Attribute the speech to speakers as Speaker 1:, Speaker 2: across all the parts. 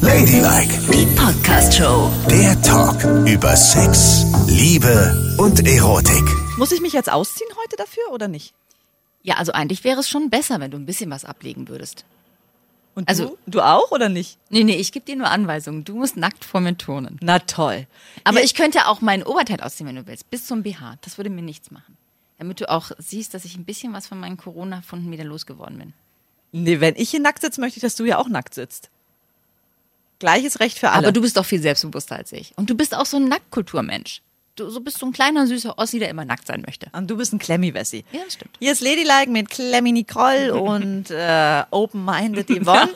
Speaker 1: Ladylike,
Speaker 2: Die Podcast-Show.
Speaker 1: der Talk über Sex, Liebe und Erotik.
Speaker 3: Muss ich mich jetzt ausziehen heute dafür oder nicht?
Speaker 2: Ja, also eigentlich wäre es schon besser, wenn du ein bisschen was ablegen würdest.
Speaker 3: Und
Speaker 2: Also-
Speaker 3: du? du auch oder nicht?
Speaker 2: Nee, nee, ich gebe dir nur Anweisungen. Du musst nackt vor mir turnen.
Speaker 3: Na toll.
Speaker 2: Aber ich könnte auch mein Oberteil ausziehen, wenn du willst, bis zum BH. Das würde mir nichts machen. Damit du auch siehst, dass ich ein bisschen was von meinen Corona-Funden wieder losgeworden bin.
Speaker 3: Nee, wenn ich hier nackt sitze, möchte ich, dass du ja auch nackt sitzt. Gleiches Recht für alle.
Speaker 2: Aber du bist doch viel selbstbewusster als ich. Und du bist auch so ein Nacktkulturmensch. Du so bist so ein kleiner, süßer Ossi, der immer nackt sein möchte.
Speaker 3: und du bist ein Klemmi-Wessi.
Speaker 2: Ja, das stimmt.
Speaker 3: Hier ist Ladylike mit Clemmy Nicole und äh, Open-Minded Yvonne.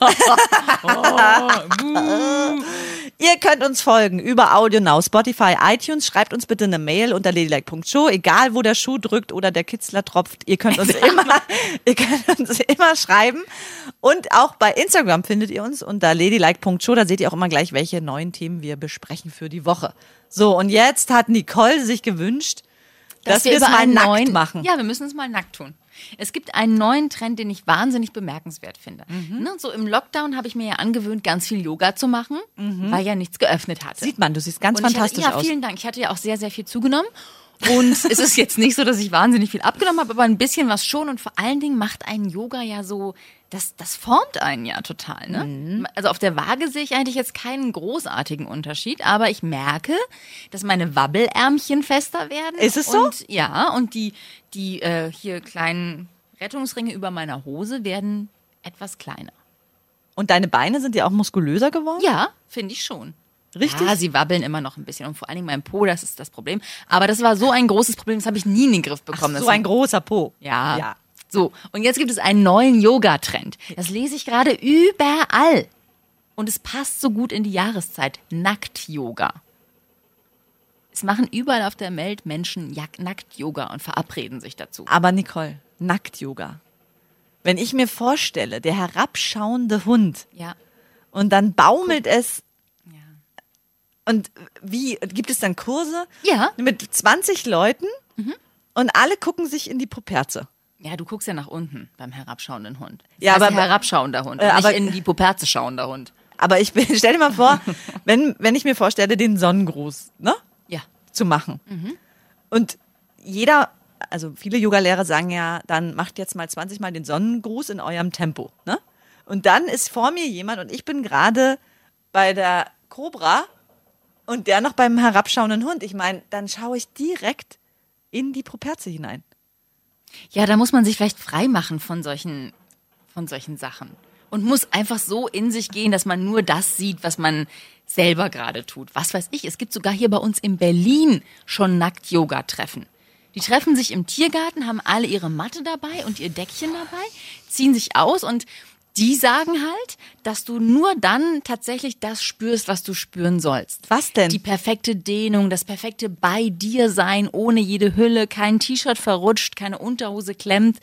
Speaker 3: Ihr könnt uns folgen über Audio Now, Spotify, iTunes. Schreibt uns bitte eine Mail unter ladylike.show, egal wo der Schuh drückt oder der Kitzler tropft. Ihr könnt uns immer, ihr könnt uns immer schreiben. Und auch bei Instagram findet ihr uns unter ladylike.show. Da seht ihr auch immer gleich, welche neuen Themen wir besprechen für die Woche. So, und jetzt hat Nicole sich gewünscht, dass, wir es
Speaker 2: über
Speaker 3: mal
Speaker 2: einen
Speaker 3: nackt
Speaker 2: neuen,
Speaker 3: machen.
Speaker 2: Ja, wir müssen es mal nackt tun. Es gibt einen neuen Trend, den ich wahnsinnig bemerkenswert finde.
Speaker 3: Mhm.
Speaker 2: Ne, so im Lockdown habe ich mir ja angewöhnt, ganz viel Yoga zu machen, weil ja nichts geöffnet hatte.
Speaker 3: Mhm. Sieht man, du siehst ganz
Speaker 2: Und ich
Speaker 3: fantastisch
Speaker 2: hatte, ja,
Speaker 3: aus.
Speaker 2: vielen Dank. Ich hatte ja auch sehr, sehr viel zugenommen. Und es ist jetzt nicht so, dass ich wahnsinnig viel abgenommen habe, aber ein bisschen was schon. Und vor allen Dingen macht einen Yoga ja so, das, das formt einen ja total. Ne?
Speaker 3: Mhm.
Speaker 2: Also auf der Waage sehe ich eigentlich jetzt keinen großartigen Unterschied, aber ich merke, dass meine Wabbelärmchen fester werden.
Speaker 3: Ist es so?
Speaker 2: Und, ja, und die, die äh, hier kleinen Rettungsringe über meiner Hose werden etwas kleiner.
Speaker 3: Und deine Beine sind ja auch muskulöser geworden?
Speaker 2: Ja, finde ich schon.
Speaker 3: Richtig?
Speaker 2: Ja, sie wabbeln immer noch ein bisschen und vor allen Dingen mein Po, das ist das Problem. Aber das war so ein großes Problem, das habe ich nie in den Griff bekommen.
Speaker 3: so
Speaker 2: Das-
Speaker 3: ein großer Po.
Speaker 2: ja.
Speaker 3: ja.
Speaker 2: So, und jetzt gibt es einen neuen Yoga-Trend. Das lese ich gerade überall. Und es passt so gut in die Jahreszeit. Nackt-Yoga. Es machen überall auf der Welt Menschen Jak- Nackt-Yoga und verabreden sich dazu.
Speaker 3: Aber Nicole, Nackt-Yoga. Wenn ich mir vorstelle, der herabschauende Hund
Speaker 2: Ja.
Speaker 3: und dann baumelt es
Speaker 2: ja.
Speaker 3: und wie, gibt es dann Kurse?
Speaker 2: Ja. Mhm.
Speaker 3: Mit 20 Leuten und alle gucken sich in die Puperze.
Speaker 2: Ja, du guckst ja nach unten beim herabschauenden Hund.
Speaker 3: Ja,
Speaker 2: Ja, aber
Speaker 3: aber-
Speaker 2: herabschauender Hund,
Speaker 3: Äh,
Speaker 2: und
Speaker 3: aber-
Speaker 2: nicht in die Puperze schauender Hund.
Speaker 3: Aber ich bin, stell dir mal vor, wenn, wenn ich mir vorstelle, den Sonnengruß, ne?
Speaker 2: Ja.
Speaker 3: zu machen.
Speaker 2: Mhm.
Speaker 3: Und jeder, also viele Yogalehrer sagen ja, dann macht jetzt mal 20 Mal den Sonnengruß in eurem Tempo. Ne? Und dann ist vor mir jemand und ich bin gerade bei der Cobra und der noch beim herabschauenden Hund. Ich meine, dann schaue ich direkt in die Properze hinein.
Speaker 2: Ja, da muss man sich vielleicht frei machen von solchen, von solchen Sachen. Und muss einfach so in sich gehen, dass man nur das sieht, was man selber gerade tut. Was weiß ich, es gibt sogar hier bei uns in Berlin schon Nackt-Yoga-Treffen. Die treffen sich im Tiergarten, haben alle ihre Matte dabei und ihr Deckchen dabei, ziehen sich aus und die sagen halt, dass du nur dann tatsächlich das spürst, was du spüren sollst.
Speaker 3: Was denn?
Speaker 2: Die perfekte Dehnung, das perfekte bei dir sein, ohne jede Hülle, kein T-Shirt verrutscht, keine Unterhose klemmt.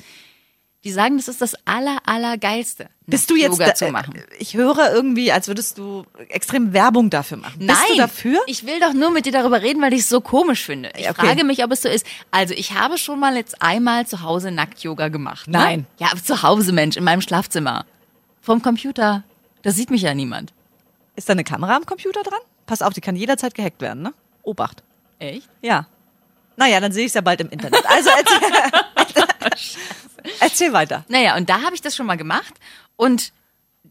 Speaker 2: Die sagen, das ist das aller, allergeilste.
Speaker 3: Bist du jetzt
Speaker 2: Yoga
Speaker 3: da, äh,
Speaker 2: zu machen?
Speaker 3: Ich höre irgendwie, als würdest du extrem Werbung dafür machen.
Speaker 2: Nein,
Speaker 3: Bist du dafür?
Speaker 2: ich will doch nur mit dir darüber reden, weil ich es so komisch finde. Ich
Speaker 3: Ja, okay.
Speaker 2: frage mich, ob es so ist. Also ich habe schon mal jetzt einmal zu Hause Nackt-Yoga gemacht. Ne?
Speaker 3: Nein.
Speaker 2: Ja, aber zu Hause, Mensch, in meinem Schlafzimmer. Vom Computer. Da sieht mich ja niemand.
Speaker 3: Ist da eine Kamera am Computer dran? Pass auf, die kann jederzeit gehackt werden, ne? Obacht.
Speaker 2: Echt?
Speaker 3: Ja. Naja, dann sehe ich es ja bald im Internet. Also erzähl, erzähl weiter.
Speaker 2: Naja, und da habe ich das schon mal gemacht und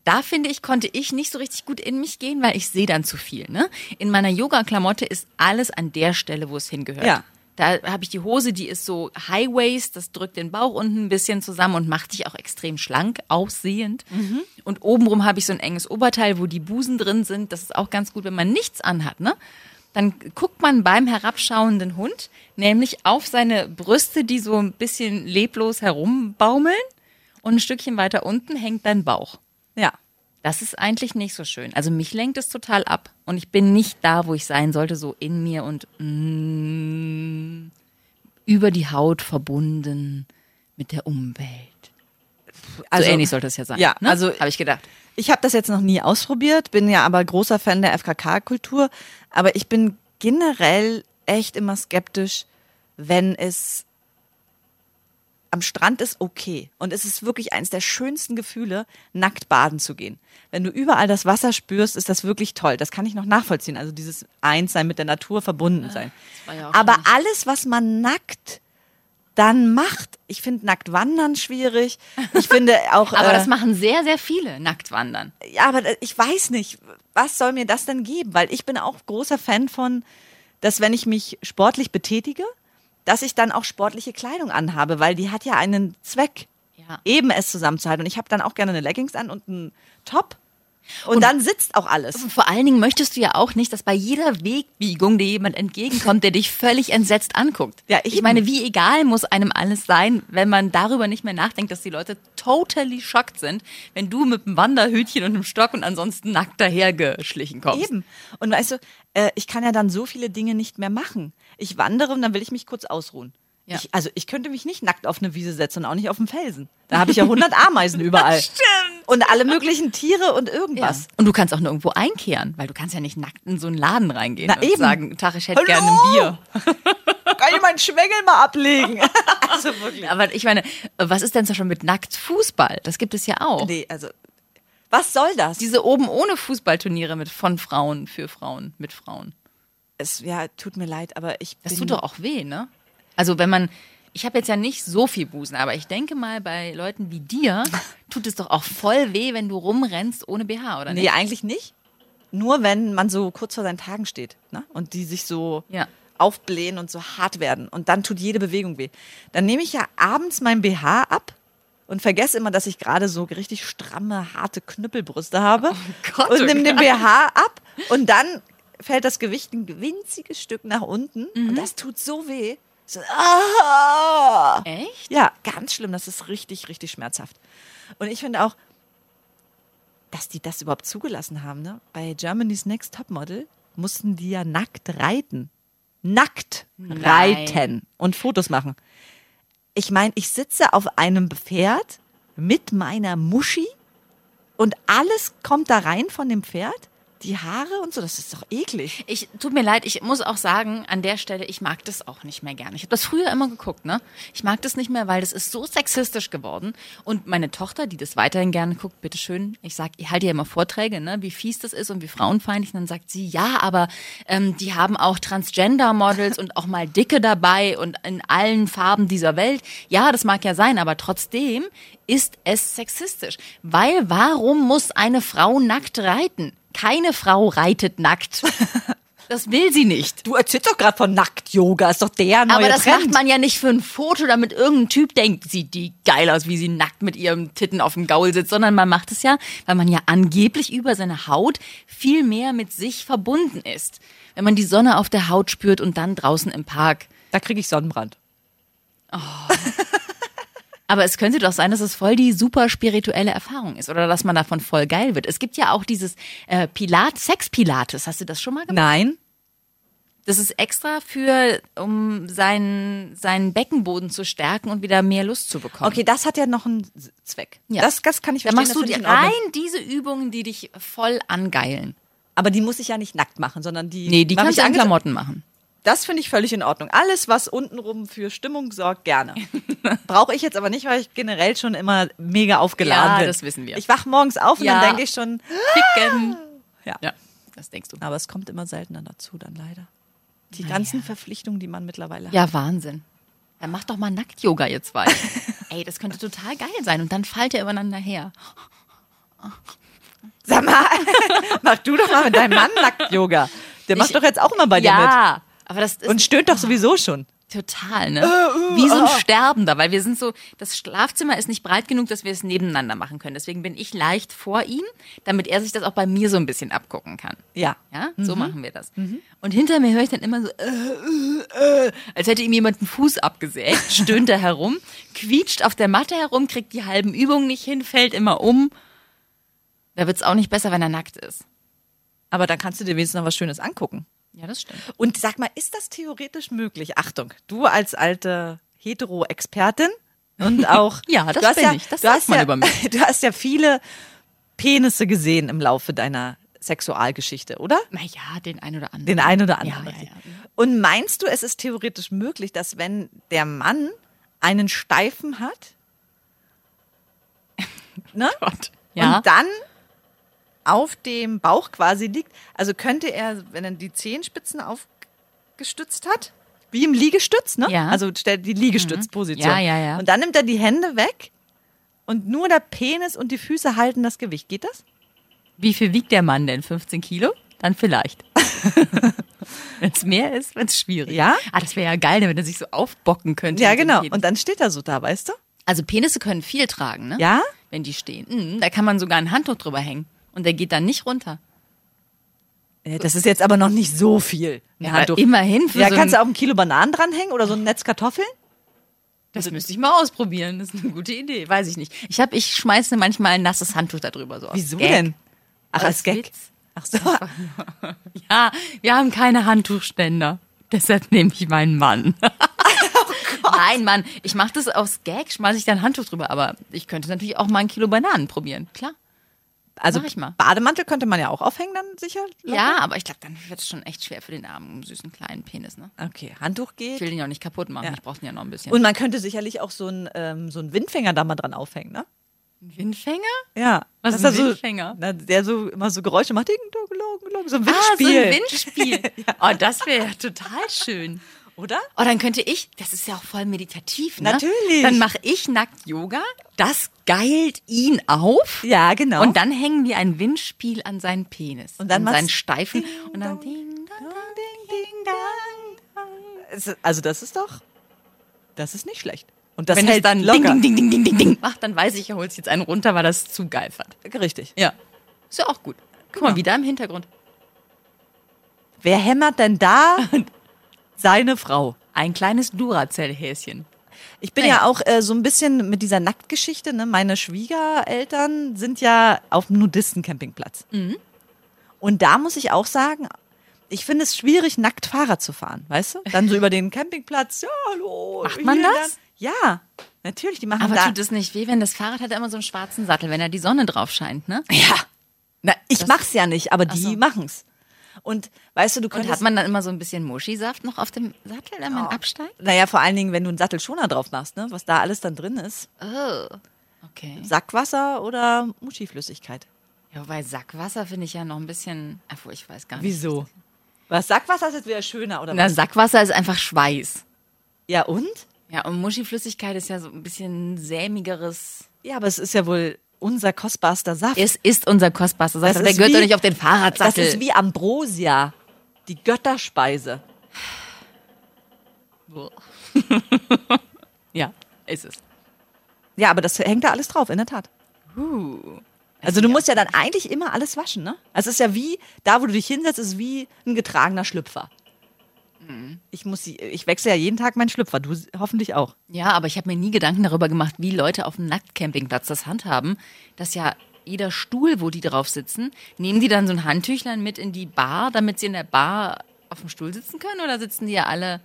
Speaker 2: da finde ich, konnte ich nicht so richtig gut in mich gehen, weil ich sehe dann zu viel. Ne? In meiner Yoga-Klamotte ist alles an der Stelle, wo es hingehört.
Speaker 3: Ja.
Speaker 2: Da habe ich die Hose, die ist so High Waist, das drückt den Bauch unten ein bisschen zusammen und macht dich auch extrem schlank aussehend. Und obenrum habe ich so ein enges Oberteil, wo die Busen drin sind. Das ist auch ganz gut, wenn man nichts anhat, ne? Dann guckt man beim herabschauenden Hund nämlich auf seine Brüste, die so ein bisschen leblos herumbaumeln und ein Stückchen weiter unten hängt dein Bauch.
Speaker 3: Ja.
Speaker 2: Das ist eigentlich nicht so schön. Also mich lenkt es total ab und ich bin nicht da, wo ich sein sollte, so in mir und mm, über die Haut verbunden mit der Umwelt. Also, so ähnlich sollte es ja sein.
Speaker 3: Ja,
Speaker 2: ne?
Speaker 3: also-
Speaker 2: habe ich gedacht.
Speaker 3: Ich habe das jetzt noch nie ausprobiert, bin ja aber großer Fan der FKK-Kultur. Aber ich bin generell echt immer skeptisch, wenn es am Strand ist okay. Und es ist wirklich eines der schönsten Gefühle, nackt baden zu gehen. Wenn du überall das Wasser spürst, ist das wirklich toll. Das kann ich noch nachvollziehen. Also dieses Einssein mit der Natur, verbunden sein.
Speaker 2: war ja auch
Speaker 3: Aber
Speaker 2: schon nicht-
Speaker 3: alles, was man nackt dann macht, ich finde nackt wandern schwierig. Ich finde auch.
Speaker 2: Aber
Speaker 3: äh,
Speaker 2: das machen sehr, sehr viele, nackt wandern.
Speaker 3: ja, aber äh, ich weiß nicht, was soll mir das denn geben? Weil ich bin auch großer Fan von, dass wenn ich mich sportlich betätige, dass ich dann auch sportliche Kleidung anhabe, weil die hat ja einen Zweck,
Speaker 2: Ja.
Speaker 3: eben es zusammenzuhalten. Und ich habe dann auch gerne eine Leggings an und einen Top. Und, dann sitzt auch alles.
Speaker 2: Vor allen Dingen möchtest du ja auch nicht, dass bei jeder Wegbiegung dir jemand entgegenkommt, der dich völlig entsetzt anguckt.
Speaker 3: Ja,
Speaker 2: ich
Speaker 3: eben.
Speaker 2: meine, wie egal muss einem alles sein, wenn man darüber nicht mehr nachdenkt, dass die Leute totally schockt sind, wenn du mit einem Wanderhütchen und einem Stock und ansonsten nackt dahergeschlichen kommst.
Speaker 3: Eben. Und weißt du, äh, ich kann ja dann so viele Dinge nicht mehr machen. Ich wandere und dann will ich mich kurz ausruhen.
Speaker 2: Ja.
Speaker 3: Ich, also ich könnte mich nicht nackt auf eine Wiese setzen und auch nicht auf dem Felsen. Da habe ich ja 100 Ameisen überall.
Speaker 2: Stimmt.
Speaker 3: Und alle möglichen Tiere und irgendwas.
Speaker 2: Was? Und du kannst auch nur irgendwo einkehren, weil du kannst ja nicht nackt in so einen Laden reingehen
Speaker 3: Na
Speaker 2: und
Speaker 3: eben.
Speaker 2: sagen, Tag, ich hätte
Speaker 3: Hallo?
Speaker 2: gerne ein Bier.
Speaker 3: Kann ich meinen Schwengel mal ablegen? also wirklich.
Speaker 2: Aber ich meine, was ist denn so schon mit nackt Fußball? Das gibt es ja auch.
Speaker 3: Nee, also, was soll das?
Speaker 2: Diese oben ohne Fußballturniere mit von Frauen für Frauen mit Frauen.
Speaker 3: Es, ja, tut mir leid, aber ich
Speaker 2: Das
Speaker 3: bin...
Speaker 2: tut doch auch weh, ne? Also wenn man, ich habe jetzt ja nicht so viel Busen, aber ich denke mal, bei Leuten wie dir tut es doch auch voll weh, wenn du rumrennst ohne BH, oder
Speaker 3: Nee,
Speaker 2: nicht?
Speaker 3: eigentlich nicht. Nur wenn man so kurz vor seinen Tagen steht ne? und die sich so
Speaker 2: Ja.
Speaker 3: aufblähen und so hart werden und dann tut jede Bewegung weh. Dann nehme ich ja abends mein BH ab und vergesse immer, dass ich gerade so richtig stramme, harte Knüppelbrüste habe
Speaker 2: Gott,
Speaker 3: und
Speaker 2: oh
Speaker 3: nehme den
Speaker 2: Gott.
Speaker 3: BH ab und dann fällt das Gewicht ein winziges Stück nach unten
Speaker 2: Mhm.
Speaker 3: und das tut so weh. So, ah!
Speaker 2: Echt?
Speaker 3: Ja, ganz schlimm. Das ist richtig, richtig schmerzhaft. Und ich finde auch, dass die das überhaupt zugelassen haben. Ne? Bei Germany's Next Topmodel mussten die ja nackt reiten. Nackt
Speaker 2: Nein.
Speaker 3: reiten und Fotos machen. Ich meine, ich sitze auf einem Pferd mit meiner Muschi und alles kommt da rein von dem Pferd. Die Haare und so, das ist doch eklig.
Speaker 2: Ich tut mir leid, ich muss auch sagen, an der Stelle, ich mag das auch nicht mehr gerne. Ich habe das früher immer geguckt, ne? Ich mag das nicht mehr, weil das ist so sexistisch geworden. Und meine Tochter, die das weiterhin gerne guckt, bitteschön, ich sag, ich halte ja immer Vorträge, ne, wie fies das ist und wie frauenfeindlich. Und dann sagt sie, ja, aber ähm, die haben auch Transgender-Models und auch mal Dicke dabei und in allen Farben dieser Welt. Ja, das mag ja sein, aber trotzdem ist es sexistisch. Weil warum muss eine Frau nackt reiten? Keine Frau reitet nackt. Das will sie nicht.
Speaker 3: Du erzählst doch gerade von Nackt-Yoga, ist doch der neue
Speaker 2: Aber das
Speaker 3: Trend.
Speaker 2: macht man ja nicht für ein Foto, damit irgendein Typ denkt, sieht die geil aus, wie sie nackt mit ihrem Titten auf dem Gaul sitzt, sondern man macht es ja, weil man ja angeblich über seine Haut viel mehr mit sich verbunden ist. Wenn man die Sonne auf der Haut spürt und dann draußen im Park.
Speaker 3: Da kriege ich Sonnenbrand.
Speaker 2: Aber es könnte doch sein, dass es voll die super spirituelle Erfahrung ist oder dass man davon voll geil wird. Es gibt ja auch dieses äh, Pilat, Sex-Pilates. Hast du das schon mal gemacht?
Speaker 3: Nein,
Speaker 2: Das ist extra für, um seinen, seinen Beckenboden zu stärken und wieder mehr Lust zu bekommen.
Speaker 3: Okay, das hat ja noch einen S- Zweck.
Speaker 2: Ja.
Speaker 3: Das, das kann ich
Speaker 2: Dann
Speaker 3: verstehen.
Speaker 2: machst
Speaker 3: das
Speaker 2: du
Speaker 3: finde
Speaker 2: die
Speaker 3: ich in Ordnung.
Speaker 2: rein diese Übungen, die dich voll angeilen.
Speaker 3: Aber die muss ich ja nicht nackt machen, sondern die.
Speaker 2: Nee, die
Speaker 3: mach
Speaker 2: kannst
Speaker 3: ich
Speaker 2: du an
Speaker 3: ange-
Speaker 2: Klamotten machen.
Speaker 3: Das finde ich völlig in Ordnung. Alles, was untenrum für Stimmung sorgt, gerne. Brauche ich jetzt aber nicht, weil ich generell schon immer mega aufgeladen
Speaker 2: Ja,
Speaker 3: bin.
Speaker 2: das wissen wir.
Speaker 3: Ich wach morgens auf und
Speaker 2: Ja.
Speaker 3: dann denke ich schon.
Speaker 2: Ah. Ficken.
Speaker 3: Ja.
Speaker 2: Ja, das denkst du.
Speaker 3: Aber es kommt immer seltener dazu, dann leider. Die ganzen Verpflichtungen, die man mittlerweile hat.
Speaker 2: Ja, Wahnsinn. Dann mach doch mal Nackt-Yoga jetzt weiter. Ey, das könnte total geil sein. Und dann fallt ihr übereinander her.
Speaker 3: Sag mal, mach du doch mal mit deinem Mann Nackt-Yoga. Der macht doch jetzt auch immer bei dir
Speaker 2: ja, aber das ist
Speaker 3: mit. Und stöhnt doch sowieso schon.
Speaker 2: total, ne? Wie so ein Sterbender, weil wir sind so, das Schlafzimmer ist nicht breit genug, dass wir es nebeneinander machen können. Deswegen bin ich leicht vor ihm, damit er sich das auch bei mir so ein bisschen abgucken kann.
Speaker 3: Ja.
Speaker 2: Ja,
Speaker 3: Mhm.
Speaker 2: so machen wir das. Und hinter mir höre ich dann immer so, äh, äh, äh, als hätte ihm jemand einen Fuß abgesägt, stöhnt er herum, quietscht auf der Matte herum, kriegt die halben Übungen nicht hin, fällt immer um. Da wird's auch nicht besser, wenn er nackt ist.
Speaker 3: Aber dann kannst du dir wenigstens noch was Schönes angucken.
Speaker 2: Ja, das stimmt.
Speaker 3: Und sag mal, ist das theoretisch möglich? Achtung, du als alte Hetero-Expertin und auch.
Speaker 2: Ja, das
Speaker 3: du hast
Speaker 2: bin
Speaker 3: ja,
Speaker 2: ich. Das
Speaker 3: du
Speaker 2: sagt
Speaker 3: hast
Speaker 2: man
Speaker 3: ja,
Speaker 2: über mich.
Speaker 3: Du hast ja viele Penisse gesehen im Laufe deiner Sexualgeschichte, oder?
Speaker 2: Naja, den ein oder anderen.
Speaker 3: Den einen oder anderen.
Speaker 2: Ja, ja, ja.
Speaker 3: Und meinst du, es ist theoretisch möglich, dass wenn der Mann einen Steifen hat. Ne?
Speaker 2: Gott. Ja.
Speaker 3: Und dann auf dem Bauch quasi liegt. Also könnte er, wenn er die Zehenspitzen aufgestützt hat, wie im Liegestütz, ne?
Speaker 2: Ja. Mhm.
Speaker 3: Also stellt die Liegestützposition.
Speaker 2: Ja, ja, ja.
Speaker 3: Und dann nimmt er die Hände weg und nur der Penis und die Füße halten das Gewicht. Geht das?
Speaker 2: Wie viel wiegt der Mann denn? 15 Kilo? Dann vielleicht. wenn es mehr ist, wird es schwierig.
Speaker 3: Ja?
Speaker 2: Ah, das wäre ja geil, wenn er sich so aufbocken könnte.
Speaker 3: Ja,
Speaker 2: mit dem
Speaker 3: genau.
Speaker 2: Penis.
Speaker 3: Und dann steht er so da, weißt du?
Speaker 2: also Penisse können viel tragen, ne?
Speaker 3: Ja?
Speaker 2: Wenn die stehen. Mhm, da kann man sogar ein Handtuch drüber hängen. Und der geht dann nicht runter.
Speaker 3: Ja, Äh, Das ist jetzt aber noch nicht so viel. Ein
Speaker 2: Ja, aber immerhin für
Speaker 3: Ja,
Speaker 2: so
Speaker 3: kannst
Speaker 2: ein-
Speaker 3: du auch ein Kilo Bananen dranhängen oder so ein Netz Kartoffeln?
Speaker 2: Das müsste ich mal ausprobieren. Das ist eine gute Idee. Weiß ich nicht. Ich hab, ich schmeiße manchmal ein nasses Handtuch darüber. So aus
Speaker 3: Wieso
Speaker 2: Gag.
Speaker 3: denn? Ach,
Speaker 2: Aus
Speaker 3: als Gag.
Speaker 2: Witz.
Speaker 3: Ach so.
Speaker 2: Ja, wir haben keine Handtuchständer. Deshalb nehme ich meinen Mann.
Speaker 3: Oh
Speaker 2: Nein, Mann, ich mache das aus Gag, schmeiße ich da ein Handtuch drüber. Aber ich könnte natürlich auch mal ein Kilo Bananen probieren. Klar.
Speaker 3: Also
Speaker 2: Mach ich mal.
Speaker 3: Bademantel könnte man ja auch aufhängen dann sicher.
Speaker 2: Ja, aber ich glaube, dann wird es schon echt schwer für den armen, süßen kleinen Penis. Ne?
Speaker 3: Okay, Handtuch
Speaker 2: Ich
Speaker 3: geht.
Speaker 2: will den ja auch nicht kaputt machen.
Speaker 3: Ja.
Speaker 2: Ich brauche den ja noch ein bisschen.
Speaker 3: Und man könnte sicherlich auch so einen, ähm, so einen Windfänger da mal dran aufhängen, ne?
Speaker 2: ein Windfänger?
Speaker 3: Ja.
Speaker 2: Was
Speaker 3: Dass
Speaker 2: ist ein
Speaker 3: er so-
Speaker 2: Windfänger?
Speaker 3: Na, der so immer so Geräusche macht. Ding, dong, long, long, so ein
Speaker 2: Ah, so
Speaker 3: Windspiel.
Speaker 2: ein Windspiel. Oh, das wäre ja total schön.
Speaker 3: Oder?
Speaker 2: Oh, dann könnte ich, das ist ja auch voll meditativ, ne?
Speaker 3: Natürlich.
Speaker 2: Dann mache ich nackt Yoga, das geilt ihn auf.
Speaker 3: Ja, genau.
Speaker 2: Und dann hängen wir ein Windspiel an seinen Penis.
Speaker 3: Und dann
Speaker 2: an
Speaker 3: machst-
Speaker 2: seinen Steifen.
Speaker 3: Ding,
Speaker 2: und dann
Speaker 3: dong.
Speaker 2: ding, dong.
Speaker 3: Dong, ding, ding, dong, dong. Es- Also das ist doch, das ist nicht schlecht. Und das
Speaker 2: Wenn es
Speaker 3: hält
Speaker 2: dann
Speaker 3: locker.
Speaker 2: ding, ding, ding, ding, ding, ding, ding macht, dann weiß ich, er holt sich jetzt einen runter, weil das zu geil fand.
Speaker 3: Richtig.
Speaker 2: Ja. Ist ja auch gut. Guck mal,
Speaker 3: Genau.
Speaker 2: wieder im Hintergrund.
Speaker 3: Wer hämmert denn da seine Frau?
Speaker 2: Ein kleines Duracell-Häschen.
Speaker 3: Ich bin
Speaker 2: Naja.
Speaker 3: ja auch äh, so ein bisschen mit dieser Nacktgeschichte. Ne? Meine Schwiegereltern sind ja auf einem Nudisten-Campingplatz.
Speaker 2: Mhm.
Speaker 3: Und da muss ich auch sagen, ich finde es schwierig, nackt Fahrrad zu fahren, weißt du? Dann so über den Campingplatz, ja, hallo.
Speaker 2: Macht man
Speaker 3: hier,
Speaker 2: das?
Speaker 3: Dann. Ja, natürlich, die machen
Speaker 2: Aber
Speaker 3: da.
Speaker 2: tut es nicht weh, wenn das Fahrrad hat ja immer so einen schwarzen Sattel, wenn da die Sonne drauf scheint, ne?
Speaker 3: ja. Na, ich
Speaker 2: Das-
Speaker 3: mach's ja nicht, aber
Speaker 2: Ach
Speaker 3: die
Speaker 2: so.
Speaker 3: machen's. Und weißt du, du
Speaker 2: Und
Speaker 3: könntest.
Speaker 2: hat man dann immer so ein bisschen Moschisaft noch auf dem Sattel, wenn man absteigt?
Speaker 3: naja, vor allen Dingen, wenn du einen Sattelschoner drauf machst, ne? was da alles dann drin ist.
Speaker 2: Oh. Okay.
Speaker 3: Sackwasser oder Muschiflüssigkeit.
Speaker 2: Ja, bei Sackwasser finde ich ja noch ein bisschen. Obwohl, ich weiß gar nicht.
Speaker 3: Wieso? Was Sackwasser ist jetzt wieder schöner, oder
Speaker 2: Na,
Speaker 3: was?
Speaker 2: Sackwasser ist einfach Schweiß.
Speaker 3: Ja, und?
Speaker 2: Ja, und Muschiflüssigkeit ist ja so ein bisschen sämigeres.
Speaker 3: Ja, aber es ist ja wohl unser kostbarster Saft.
Speaker 2: Es ist unser kostbarster
Speaker 3: Das
Speaker 2: Sattel. Der
Speaker 3: ist
Speaker 2: gehört
Speaker 3: wie-
Speaker 2: doch nicht auf den
Speaker 3: das
Speaker 2: Fahrradsattel.
Speaker 3: ist wie Ambrosia, die Götterspeise.
Speaker 2: ja, ist es.
Speaker 3: Ja, aber das hängt da alles drauf, in der Tat.
Speaker 2: Uh.
Speaker 3: Also du musst ja dann eigentlich immer alles waschen, ne? Also es ist ja wie, da wo du dich hinsetzt, ist wie ein getragener Schlüpfer. Ich muss, die- ich wechsle ja jeden Tag meinen Schlüpfer, du s- hoffentlich auch.
Speaker 2: Ja, aber ich habe mir nie Gedanken darüber gemacht, wie Leute auf dem Nacktcampingplatz das handhaben, dass ja jeder Stuhl, wo die drauf sitzen, nehmen die dann so ein Handtüchlein mit in die Bar, damit sie in der Bar auf dem Stuhl sitzen können oder sitzen die ja alle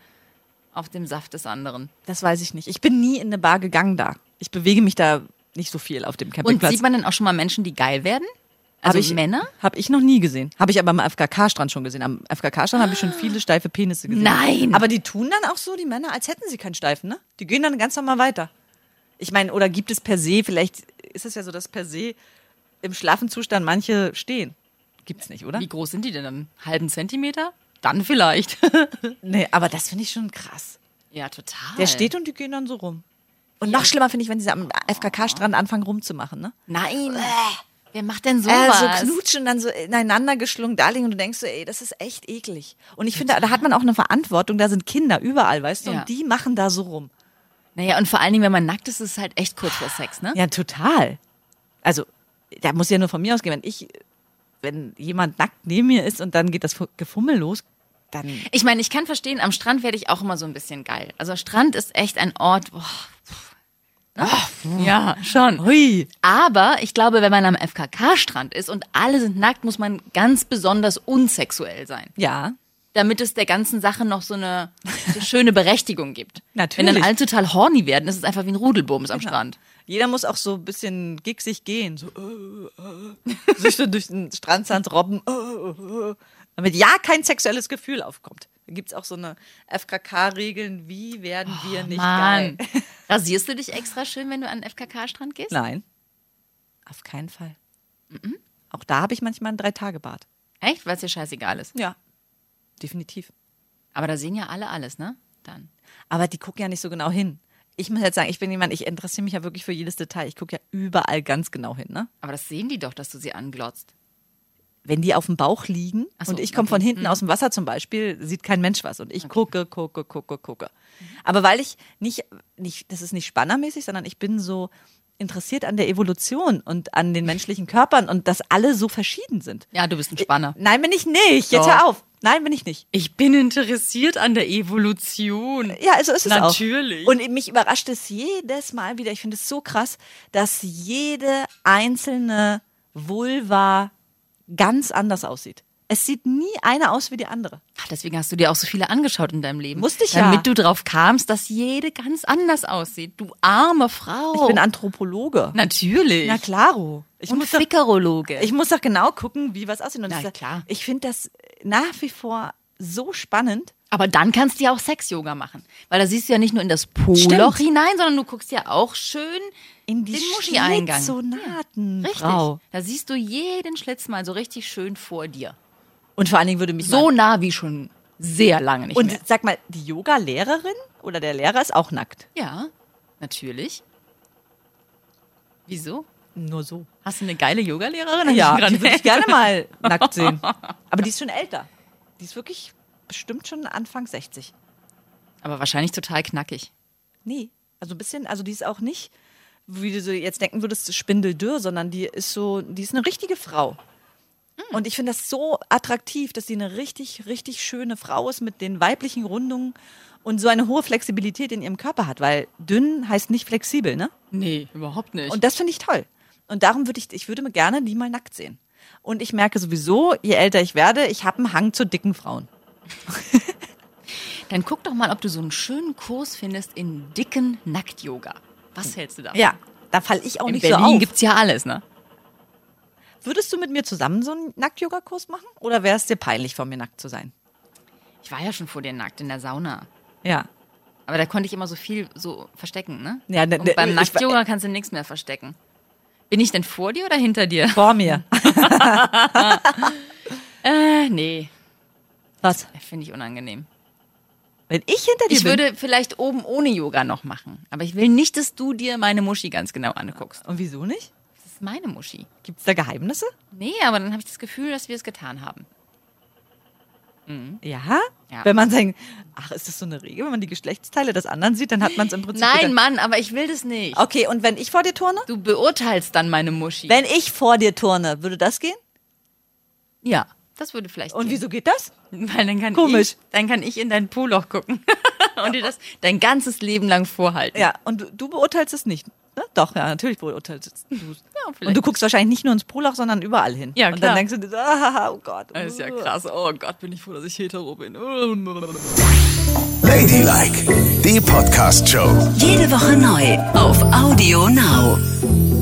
Speaker 2: auf dem Saft des anderen?
Speaker 3: Das weiß ich nicht. Ich bin nie in eine Bar gegangen da. Ich bewege mich da nicht so viel auf dem
Speaker 2: Und
Speaker 3: Campingplatz.
Speaker 2: sieht man denn auch schon mal Menschen, die geil werden?
Speaker 3: Hab
Speaker 2: Also Männer?
Speaker 3: Habe ich noch nie gesehen. Habe ich aber am FKK-Strand schon gesehen. Am FKK-Strand habe ich schon viele steife Penisse gesehen.
Speaker 2: Nein!
Speaker 3: Aber die tun dann auch so, die Männer, als hätten sie keinen Steifen, ne? Die gehen dann ganz normal weiter. Ich meine, oder gibt es per se, vielleicht ist es ja so, dass per se im schlaffen Zustand manche stehen. Gibt's nicht, oder?
Speaker 2: Wie groß sind die denn dann? Halben Zentimeter? Dann vielleicht.
Speaker 3: Nee, aber das finde ich schon krass.
Speaker 2: ja, total.
Speaker 3: Der steht und die gehen dann so rum. Und noch schlimmer finde ich, wenn sie am FKK-Strand anfangen rumzumachen, ne?
Speaker 2: Nein. Wer macht denn
Speaker 3: Äh,
Speaker 2: sowas?
Speaker 3: so knutschen und dann so ineinander geschlungen da liegen und du denkst so, ey, das ist echt eklig. Und ich finde, da hat man auch eine Verantwortung, da sind Kinder überall, weißt du,
Speaker 2: Ja.
Speaker 3: und die machen da so rum.
Speaker 2: naja, und vor allen Dingen, wenn man nackt ist, ist es halt echt kurz vor Sex, ne?
Speaker 3: Ja, total. Also, da muss ja nur von mir ausgehen, wenn ich, wenn jemand nackt neben mir ist und dann geht das Fu- Gefummel los, dann
Speaker 2: Ich meine, ich kann verstehen, am Strand werde ich auch immer so ein bisschen geil. Also Strand ist echt ein Ort, boah, pff, ne? ja, schon.
Speaker 3: hui.
Speaker 2: Aber ich glaube, wenn man am FKK-Strand ist und alle sind nackt, muss man ganz besonders unsexuell sein,
Speaker 3: Ja,
Speaker 2: damit es der ganzen Sache noch so eine, so schöne Berechtigung gibt.
Speaker 3: Natürlich.
Speaker 2: Wenn dann alle total horny werden, ist es einfach wie ein Rudelbums am Strand.
Speaker 3: jeder muss auch so ein bisschen gigsig gehen, so, äh, äh, sich so durch den Strandsand robben, äh, äh, äh, damit ja kein sexuelles Gefühl aufkommt. Da gibt es auch so eine FKK-Regeln, wie werden wir nicht
Speaker 2: Oh, Mann.
Speaker 3: geil.
Speaker 2: Rasierst du dich extra schön, wenn du an den FKK-Strand gehst?
Speaker 3: Nein, auf keinen Fall.
Speaker 2: Mhm.
Speaker 3: Auch da habe ich manchmal ein Drei-Tage-Bad.
Speaker 2: Echt? Weil es dir scheißegal ist.
Speaker 3: Ja, definitiv.
Speaker 2: Aber da sehen ja alle alles, ne? Dann.
Speaker 3: Aber die gucken ja nicht so genau hin. Ich muss jetzt sagen, ich bin jemand, ich interessiere mich ja wirklich für jedes Detail. Ich gucke ja überall ganz genau hin. Ne?
Speaker 2: Aber das sehen die doch, dass du sie anglotzt.
Speaker 3: Wenn die auf dem Bauch liegen
Speaker 2: Ach so,
Speaker 3: und ich komme
Speaker 2: okay. Mhm.
Speaker 3: von hinten aus dem Wasser zum Beispiel, sieht kein Mensch was. Und ich gucke, gucke, gucke, gucke. Aber weil ich nicht, nicht, das ist nicht spannermäßig, sondern ich bin so interessiert an der Evolution und an den menschlichen Körpern und dass alle so verschieden sind.
Speaker 2: Ja, du bist ein Spanner.
Speaker 3: Nein, bin ich nicht.
Speaker 2: Doch.
Speaker 3: Jetzt hör auf. Nein, bin ich nicht.
Speaker 2: Ich bin interessiert an der Evolution.
Speaker 3: Ja, also ist es
Speaker 2: Natürlich.
Speaker 3: auch. Und mich überrascht es jedes Mal wieder. Ich finde es so krass, dass jede einzelne Vulva ganz anders aussieht. Es sieht nie eine aus wie die andere.
Speaker 2: Ach, deswegen hast du dir auch so viele angeschaut in deinem Leben.
Speaker 3: Musste ich
Speaker 2: damit
Speaker 3: ja.
Speaker 2: Damit du drauf kamst, dass jede ganz anders aussieht. Du arme Frau.
Speaker 3: Ich bin Anthropologe.
Speaker 2: Natürlich.
Speaker 3: Na klaro. Ich
Speaker 2: Und
Speaker 3: muss, doch,
Speaker 2: Fickerologe.
Speaker 3: ich muss doch genau gucken, wie was aussieht. Und
Speaker 2: Na
Speaker 3: das-
Speaker 2: klar.
Speaker 3: Ich finde das nach wie vor so spannend.
Speaker 2: Aber dann kannst du ja auch Sex-Yoga machen. Weil da siehst du ja nicht nur in das Po-Loch
Speaker 3: Stimmt.
Speaker 2: hinein, sondern du guckst ja auch schön
Speaker 3: In die
Speaker 2: den Muschi-Eingang.
Speaker 3: Schlitzonaten,
Speaker 2: Richtig.
Speaker 3: Frau.
Speaker 2: Da siehst du jeden Schlitz mal so richtig schön vor dir.
Speaker 3: Und vor allen Dingen würde mich mal-
Speaker 2: So nah wie schon sehr lange nicht
Speaker 3: Und
Speaker 2: mehr.
Speaker 3: sag mal, die Yoga-Lehrerin oder der Lehrer ist auch nackt.
Speaker 2: Ja, natürlich. Wieso?
Speaker 3: Nur so.
Speaker 2: Hast du eine geile Yogalehrerin?
Speaker 3: Ja,
Speaker 2: Hab ich
Speaker 3: die würde
Speaker 2: gerade-
Speaker 3: ich gerne mal nackt sehen. Aber die ist schon älter. Die ist wirklich bestimmt schon Anfang 60.
Speaker 2: Aber wahrscheinlich total knackig.
Speaker 3: Nee, also ein bisschen, also die ist auch nicht, wie du so jetzt denken würdest, spindeldürr, sondern die ist so, die ist eine richtige Frau. Und ich finde das so attraktiv, dass die eine richtig, richtig schöne Frau ist mit den weiblichen Rundungen und so eine hohe Flexibilität in ihrem Körper hat, weil dünn heißt nicht flexibel, ne?
Speaker 2: Nee, überhaupt nicht.
Speaker 3: Und das finde ich toll. Und darum würde ich, ich würde mir gerne die mal nackt sehen. Und ich merke sowieso, je älter ich werde, ich habe einen Hang zu dicken Frauen.
Speaker 2: Dann guck doch mal, ob du so einen schönen Kurs findest in dicken Nackt-Yoga. Was hältst du davon?
Speaker 3: Ja, da falle ich auch
Speaker 2: In
Speaker 3: nicht
Speaker 2: Berlin
Speaker 3: so auf.
Speaker 2: gibt's ja alles, ne?
Speaker 3: Würdest du mit mir zusammen so einen Nackt-Yoga-Kurs machen? Oder wäre es dir peinlich, vor mir nackt zu sein?
Speaker 2: Ich war ja schon vor dir nackt in der Sauna.
Speaker 3: Ja.
Speaker 2: Aber da konnte ich immer so viel so verstecken, ne?
Speaker 3: Ja, ne- ne-
Speaker 2: Und beim
Speaker 3: ich-
Speaker 2: Nackt-Yoga kannst du nichts mehr verstecken. Bin ich denn vor dir oder hinter dir?
Speaker 3: Vor mir.
Speaker 2: Äh, nee.
Speaker 3: Was?
Speaker 2: Äh, Finde ich unangenehm.
Speaker 3: Wenn ich hinter dir
Speaker 2: Ich
Speaker 3: bin
Speaker 2: würde vielleicht oben ohne Yoga noch machen. Aber ich will nicht, dass du dir meine Muschi ganz genau anguckst.
Speaker 3: Und wieso nicht?
Speaker 2: Das ist meine Muschi.
Speaker 3: Gibt es da Geheimnisse?
Speaker 2: Nee, aber dann habe ich das Gefühl, dass wir es getan haben.
Speaker 3: Ja?
Speaker 2: Ja.
Speaker 3: Wenn man sagt, ach, ist das so eine Regel, wenn man die Geschlechtsteile des anderen sieht, dann hat man es im Prinzip.
Speaker 2: Nein,
Speaker 3: getan.
Speaker 2: Mann, aber ich will das nicht.
Speaker 3: Okay, und wenn ich vor dir turne?
Speaker 2: Du beurteilst dann meine Muschi.
Speaker 3: Wenn ich vor dir turne, würde das gehen?
Speaker 2: ja, das würde vielleicht.
Speaker 3: Und
Speaker 2: gehen.
Speaker 3: wieso geht das?
Speaker 2: Weil dann kann
Speaker 3: Komisch.
Speaker 2: ich, dann kann ich in dein Poloch gucken und dir das dein ganzes Leben lang vorhalten.
Speaker 3: Ja, und du, du beurteilst es nicht. Ne? Doch, ja, natürlich beurteilst es. Du.
Speaker 2: vielleicht.
Speaker 3: und du guckst wahrscheinlich nicht nur ins Poloch, sondern überall hin.
Speaker 2: Ja,
Speaker 3: Und
Speaker 2: klar.
Speaker 3: dann denkst du, dir so, ah, oh Gott.
Speaker 2: Das ist ja krass. Oh Gott, bin ich froh, dass ich hetero bin.
Speaker 1: Ladylike, die Podcast-Show.
Speaker 4: Jede Woche neu auf Audio Now.